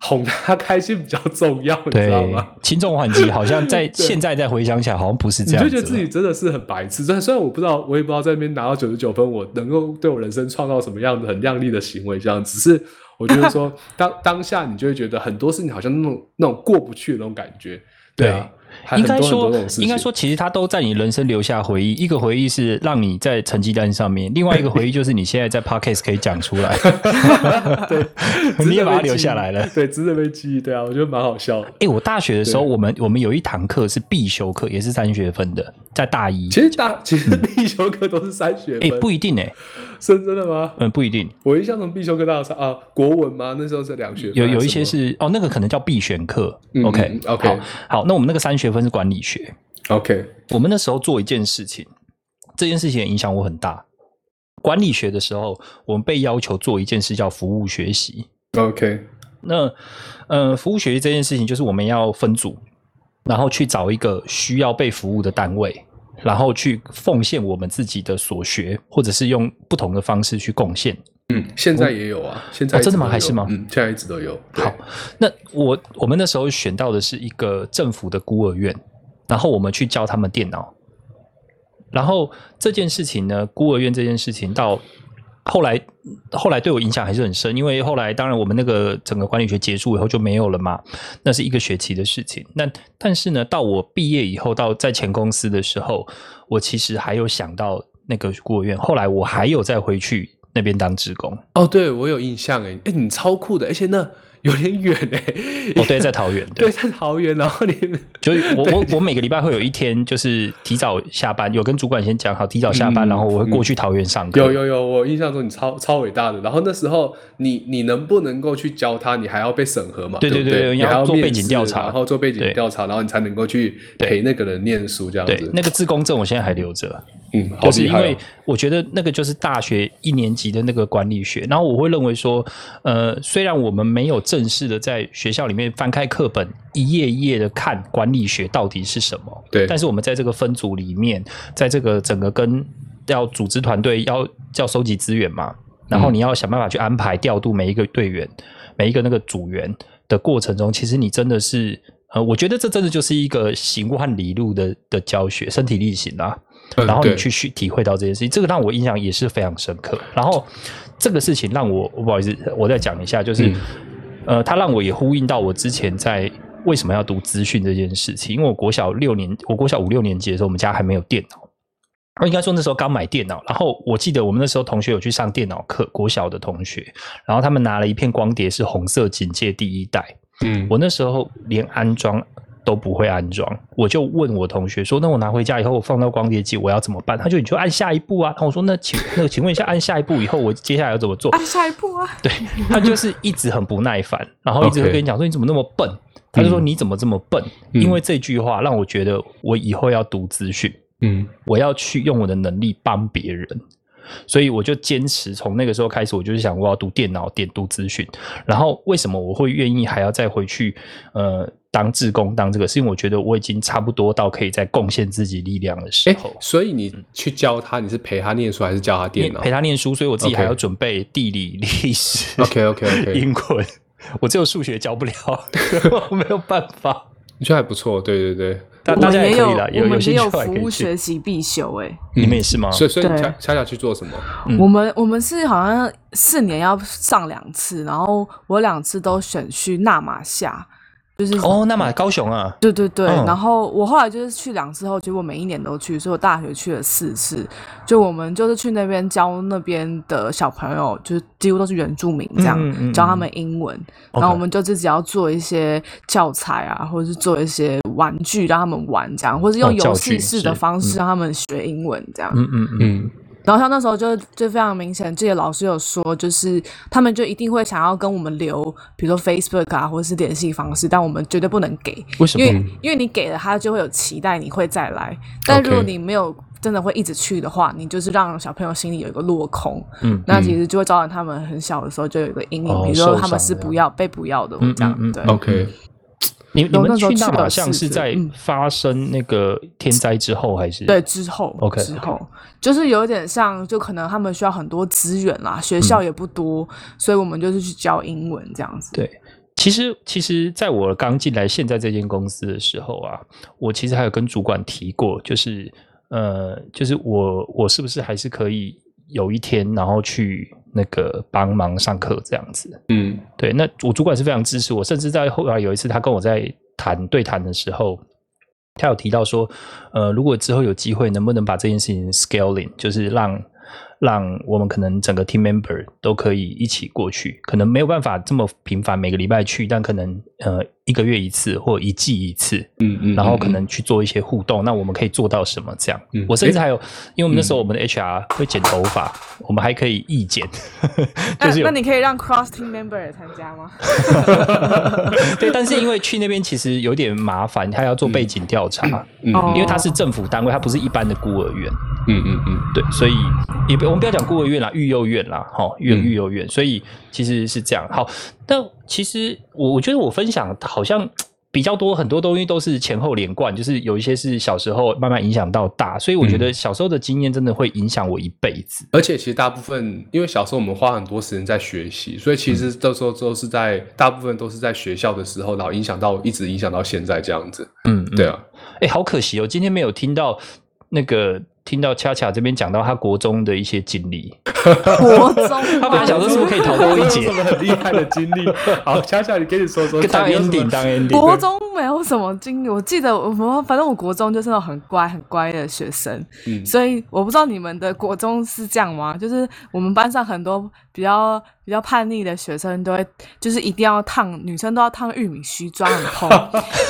哄他 开心比较重要， 你知道对吗？轻重缓急，好像 在现在再回想起来，好像不是这你样就子啊觉了。得自己真的是很白痴，虽然虽然我不知道，我也不知道在那边拿到九十九分，我能够对我人生创造什么样的很靓丽的行为，这样，只是我觉 得说当当下你就会觉得很多事情好像那种那种过不去的那种感觉，对啊，还应很该多很多说那种事，情，应该说，其实它都在你人生留下回忆。一个回忆是让你在成绩单上面，另外一个回忆就是你现在在 podcast 可以讲出 来。 对，你也把它留下来了。对，值得被记忆，对啊，我觉得蛮好笑的。哎、我大学的时候，我们我们有一堂课是必修课，也是三学分的，在大一。其实大其实必修课都是三学哎、分，不一定哎、是真的吗？嗯，不一定，我印象中必修课大概是啊国文吗？那时候是两学分有还有一什些么是哦，那个可能叫必选课。嗯 OK 嗯，OK 好好，那我们那个三学分是管理学。 OK 我们那时候做一件事情，这件事情也影响我很大。管理学的时候，我们被要求做一件事叫服务学习。 OK 那呃，服务学习这件事情，就是我们要分组，然后去找一个需要被服务的单位，然后去奉献我们自己的所学，或者是用不同的方式去贡献。嗯，现在也有啊，现在哦一直真的吗都有还是吗嗯，现在一直都有。对好，那我我们那时候选到的是一个政府的孤儿院，然后我们去教他们电脑。然后这件事情呢，孤儿院这件事情到后来，后来对我影响还是很深，因为后来当然我们那个整个管理学结束以后就没有了嘛，那是一个学期的事情。那但是呢，到我毕业以后，到在前公司的时候，我其实还有想到那个孤儿院，后来我还有再回去那边当职工。哦，对我有印象哎，哎，你超酷的，而且那有点远哎。哦，对，在桃园，对 对，在桃园，然后你 就是我我我每个礼拜会有一天，就是提早下班，有跟主管先讲好提早下班，嗯然后我会过去桃园上课。有有有，我印象中你超超伟大的。然后那时候你你能不能够去教他，你还要被审核嘛？对对对不对对你你要还做面背景试啊调查然后做背景对调查，然后你才能够去对陪那个人念书这样对子，。那个自工证我现在还留着，嗯，好就是厉因害哦为我觉得那个就是大学一年级的那个管理学。然后我会认为说，呃，虽然我们没有正式的在学校里面翻开课本一页一页的看管理学到底是什么，对但是我们在这个分组里面，在这个整个跟要组织团队要要收集资源嘛，然后你要想办法去安排调度每一个队员、每一个那个组员的过程中，其实你真的是。呃，我觉得这真的就是一个行万里路的的教学，身体力行啊。嗯然后你对去去体会到这件事情，这个让我印象也是非常深刻。然后这个事情让我，我不好意思，我再讲一下，就是、嗯呃，它让我也呼应到我之前在为什么要读资讯这件事情，因为我国小六年，我国小五六年级的时候，我们家还没有电脑。我应该说那时候刚买电脑，然后我记得我们那时候同学有去上电脑课，国小的同学，然后他们拿了一片光碟，是红色警戒第一代，嗯，我那时候连安装都不会安装，我就问我同学说：“那我拿回家以后，我放到光碟机，我要怎么办？”他就你就按下一步啊。然后我说：“那请那请问一下，按下一步以后，我接下来要怎么做按下一步啊？”，对他就是一直很不耐烦，然后一直 OK 会跟你讲说：“你怎么那么笨？”他就说：“你怎么这么笨？”嗯因为这句话让我觉得我以后要读资讯，嗯我要去用我的能力帮别人。所以我就坚持从那个时候开始，我就是想我要读电脑，点读资讯。然后为什么我会愿意还要再回去呃当志工当这个？是因为我觉得我已经差不多到可以再贡献自己力量的时哎候，。所以你去教他，你是陪他念书还是教他电念脑 陪他念书，所以我自己 OK 还要准备地理、历史、 ？OK OK OK，英文，我只有数学教 不了，我没有办法。你觉得还不错，对对对。但我大们家也可以啦，我有们兴也趣有还服可以务去嗯学。习必修哎、你们也是吗？所以所以你对恰恰恰去做什么？嗯我们我们是好像四年要上两次，然后我两次都选去纳马夏，就是哦，那么高雄啊，对对对，嗯然后我后来就是去两次后，结果每一年都去，所以我大学去了四次。就我们就是去那边教那边的小朋友，就是几乎都是原住民这样，嗯嗯嗯嗯教他们英文。然后我们就自己要做一些教材啊，或者是做一些玩具让他们玩这样，或是哦用教游具戏式的是方嗯式让他们学英文这样。嗯嗯嗯。嗯，然后像那时候就就非常明显，记得老师有说，就是他们就一定会想要跟我们留，比如说 Facebook 啊，或者是联系方式，但我们绝对不能给，为什因为么？因为你给了他就会有期待，你会再来。但如果你没有真的会一直去的话，你就是让小朋友心里有一个落空，嗯那其实就会造成他们很小的时候就有一个阴影，哦比如说他受伤们是这不样要被不要的嗯这样，嗯嗯对。 OK，你你有们哦那时去候那去了好像四是次在嗯发生那个天灾之后还是？对，之后 OK，之后就是有点像，就可能他们需要很多资源啦，学校也不多，所以我们就是去教英文这样子。嗯对其实，其实在我刚进来现在这间公司的时候啊，我其实还有跟主管提过，就是呃，就是我我是不是还是可以有一天，然后去那个帮忙上课这样子。嗯对，那我主管是非常支持我，甚至在后来有一次他跟我在谈对谈的时候，他有提到说，呃，如果之后有机会，能不能把这件事情 scaling，就是让让我们可能整个 team member 都可以一起过去，可能没有办法这么频繁每个礼拜去，但可能呃一个月一次或一季一次，嗯嗯，然后可能去做一些互动，那我们可以做到什么？这样，嗯我甚至诶嗯还有，因为我们那时候我们的 HR 会剪头发，我们还可以义 剪， 啊就是有那那你可以让 cross team member 也参加 吗？对，但是因为去那边其实有点麻烦，他要做背景调查，嗯哦因为他是政府单位，他不是一般的孤儿院，嗯嗯嗯对，所以也不我们不要讲孤儿院啦，育幼院啦，哈、育嗯育幼院，所以其实是这样。好，但其实我我觉得我分享好像比较多，很多东西都是前后连贯，就是有一些是小时候慢慢影响到大，所以我觉得小时候的经验真的会影响我一辈子。而且其实大部分，因为小时候我们花很多时间在学习，所以其实到时候都是在大部分都是在学校的时候，然后影响到一直影响到现在这样子。嗯，嗯对啊，哎、好可惜哦，今天没有听到那个听到恰恰这边讲到他国中的一些经历。国中， 他本来想说是不是可以逃过一劫有，什么很厉害的经历？好，恰恰你跟你说说，当看你有什么 ending 当 ending。国中没有什么经历，我记得我我反正我国中就是那种很乖很乖的学生，嗯 所以我不知道你们的国中是这样吗？就是我们班上很多比较比较叛逆的学生都会，就是一定要烫，女生都要烫玉米须，抓很 蓬，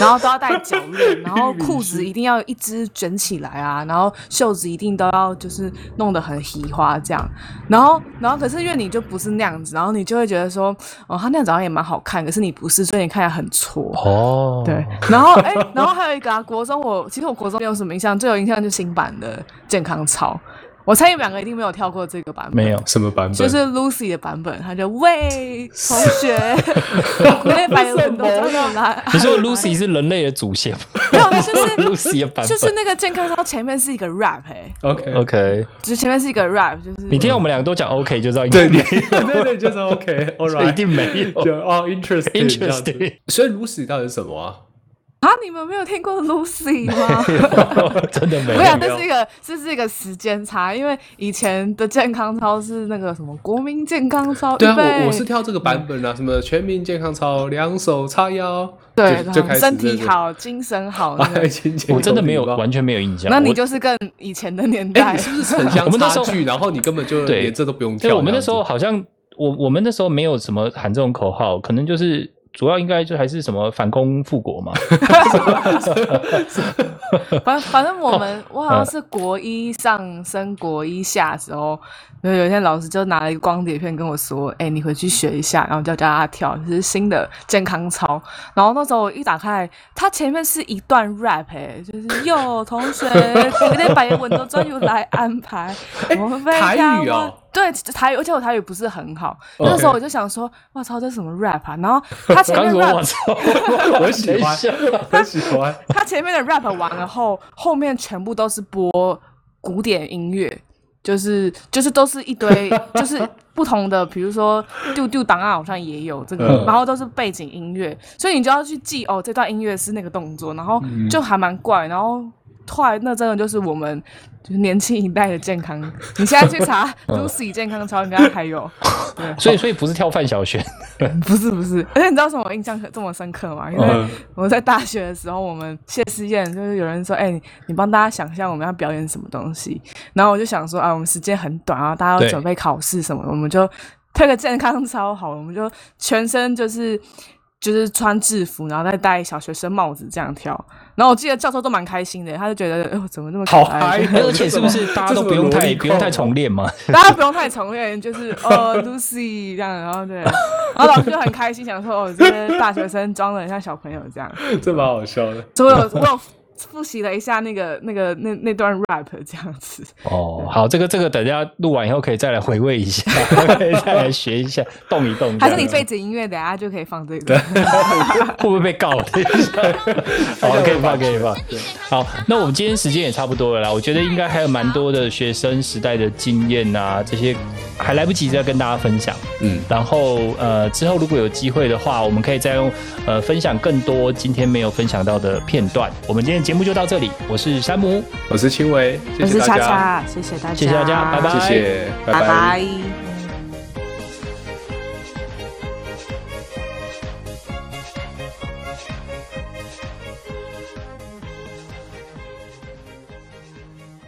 然后都要戴脚链，然后裤子一定要一只卷起来啊，然后袖子一定都要就是弄得很稀花这样，然后然后可是因为你就不是那样子，然后你就会觉得说，哦，他那样子好像也蛮好看，可是你不是，所以你看起来很挫。哦， 对，然后哎、然后还有一个啊，国中我其实我国中没有什么印象，最有印象就是新版的健康操，我猜你们两个一定没有跳过这个版本，没 有，什么版本？就是 Lucy 的版本，他就喂同学，国内版有很多这种来，你说 Lucy 是人类的祖先吗 没有， 就是？Lucy 的版本就是那个健康操前面是一个 rap 哎、 OK。 OK。就是前面是一个 rap，就是你听到我们两个都讲 OK 就知道应该对，你 对对，就是 OK，All 一 right，定没就有。哦，interesting，这样子 Interesting，所以 Lucy 到底是什么啊？啊，你们没有听过 Lucy 吗？真的没 不是、有。啊，这是一个这是一个时间差，因为以前的健康操是那个什么国民健康操，对啊，预备我我是跳这个版本啊，什么全民健康操，两手叉腰，对就就，开始身这体个，好，精神好。那个 爱情健康我真的没有频道完全没有印象。那你我就是更以前的年哎，代你，是不 是城乡我们那时差候距？然后你根本就对连这都不用跳这对样子。我们那时候好像我我们那时候没有什么喊这种口号，可能就是主要应该就还是什么反攻复国嘛。反反正我哦们我嗯好像是国一上升国一下的时候，有有一天老师就拿了一个光碟片跟我说：“哎，你回去学一下，然后叫叫他跳，就是新的健康操。”然后那时候我一打开，它前面是一段 rap，哎，就是哟同学，有点白文都专由来 安排，我们非哎台常语哦对台语，而且我台语不是很好， OK 那时候我就想说，哇操，这什么 rap 啊？然后他 前刚面说 rap 我操，我，我喜欢我喜欢。 他前面的 rap 完了后，后面全部都是播古典音乐，就是就是都是一堆就是不同的，比如说丢丢档案好像也有这个嗯，然后都是背景音乐，所以你就要去记哦，这段音乐是那个动作，然后就还蛮怪，然后。后来那真的就是我们就是年轻一代的健康，你现在去查 Lucy 健康操应该还有， 所以所以不是跳范晓 萱，不是不是， 而且你知道为什么我印象这么深刻吗？因为嗯我在大学的时候，我们谢师宴就是有人说，哎、你你帮大家想象我们要表演什么东西，然后我就想说，啊，我们时间很短啊，大家对要准备考试什么的，我们就推个健康操好了，我们就全身就是。就是穿制服，然后再戴小学生帽子这样跳。然后我记得教授都蛮开心的，他就觉得，哎、呦怎么那么可好爱嗨？而且是不是大家都不用这太是不用太重练嘛？ 大家不用太重练，就是哦 Lucy 这样，然后对，然后老师就很开心，想说哦，这些大学生装的很像小朋友这样。 这蛮好笑的。所以我有我有复习了一下那个那个那那段 rap 这样子。哦，好，这个这个等一下录完以后可以再来回味一下， 可以再来学一下，动一动这样。 还是你背景音乐，等下就可以放这个。会不会被告？ 好，可以放，可以放。好，那我们今天时间也差不多了啦，我觉得应该还有蛮多的学生时代的经验啊，这些还来不及再跟大家分享。嗯，然后呃，之后如果有机会的话，我们可以再用呃分享更多今天没有分享到的片段。我们今天节目就到这里，我是山姆，我是青薇，谢我谢是大叉家，叉，谢谢大家，谢谢大家拜拜谢谢，拜拜拜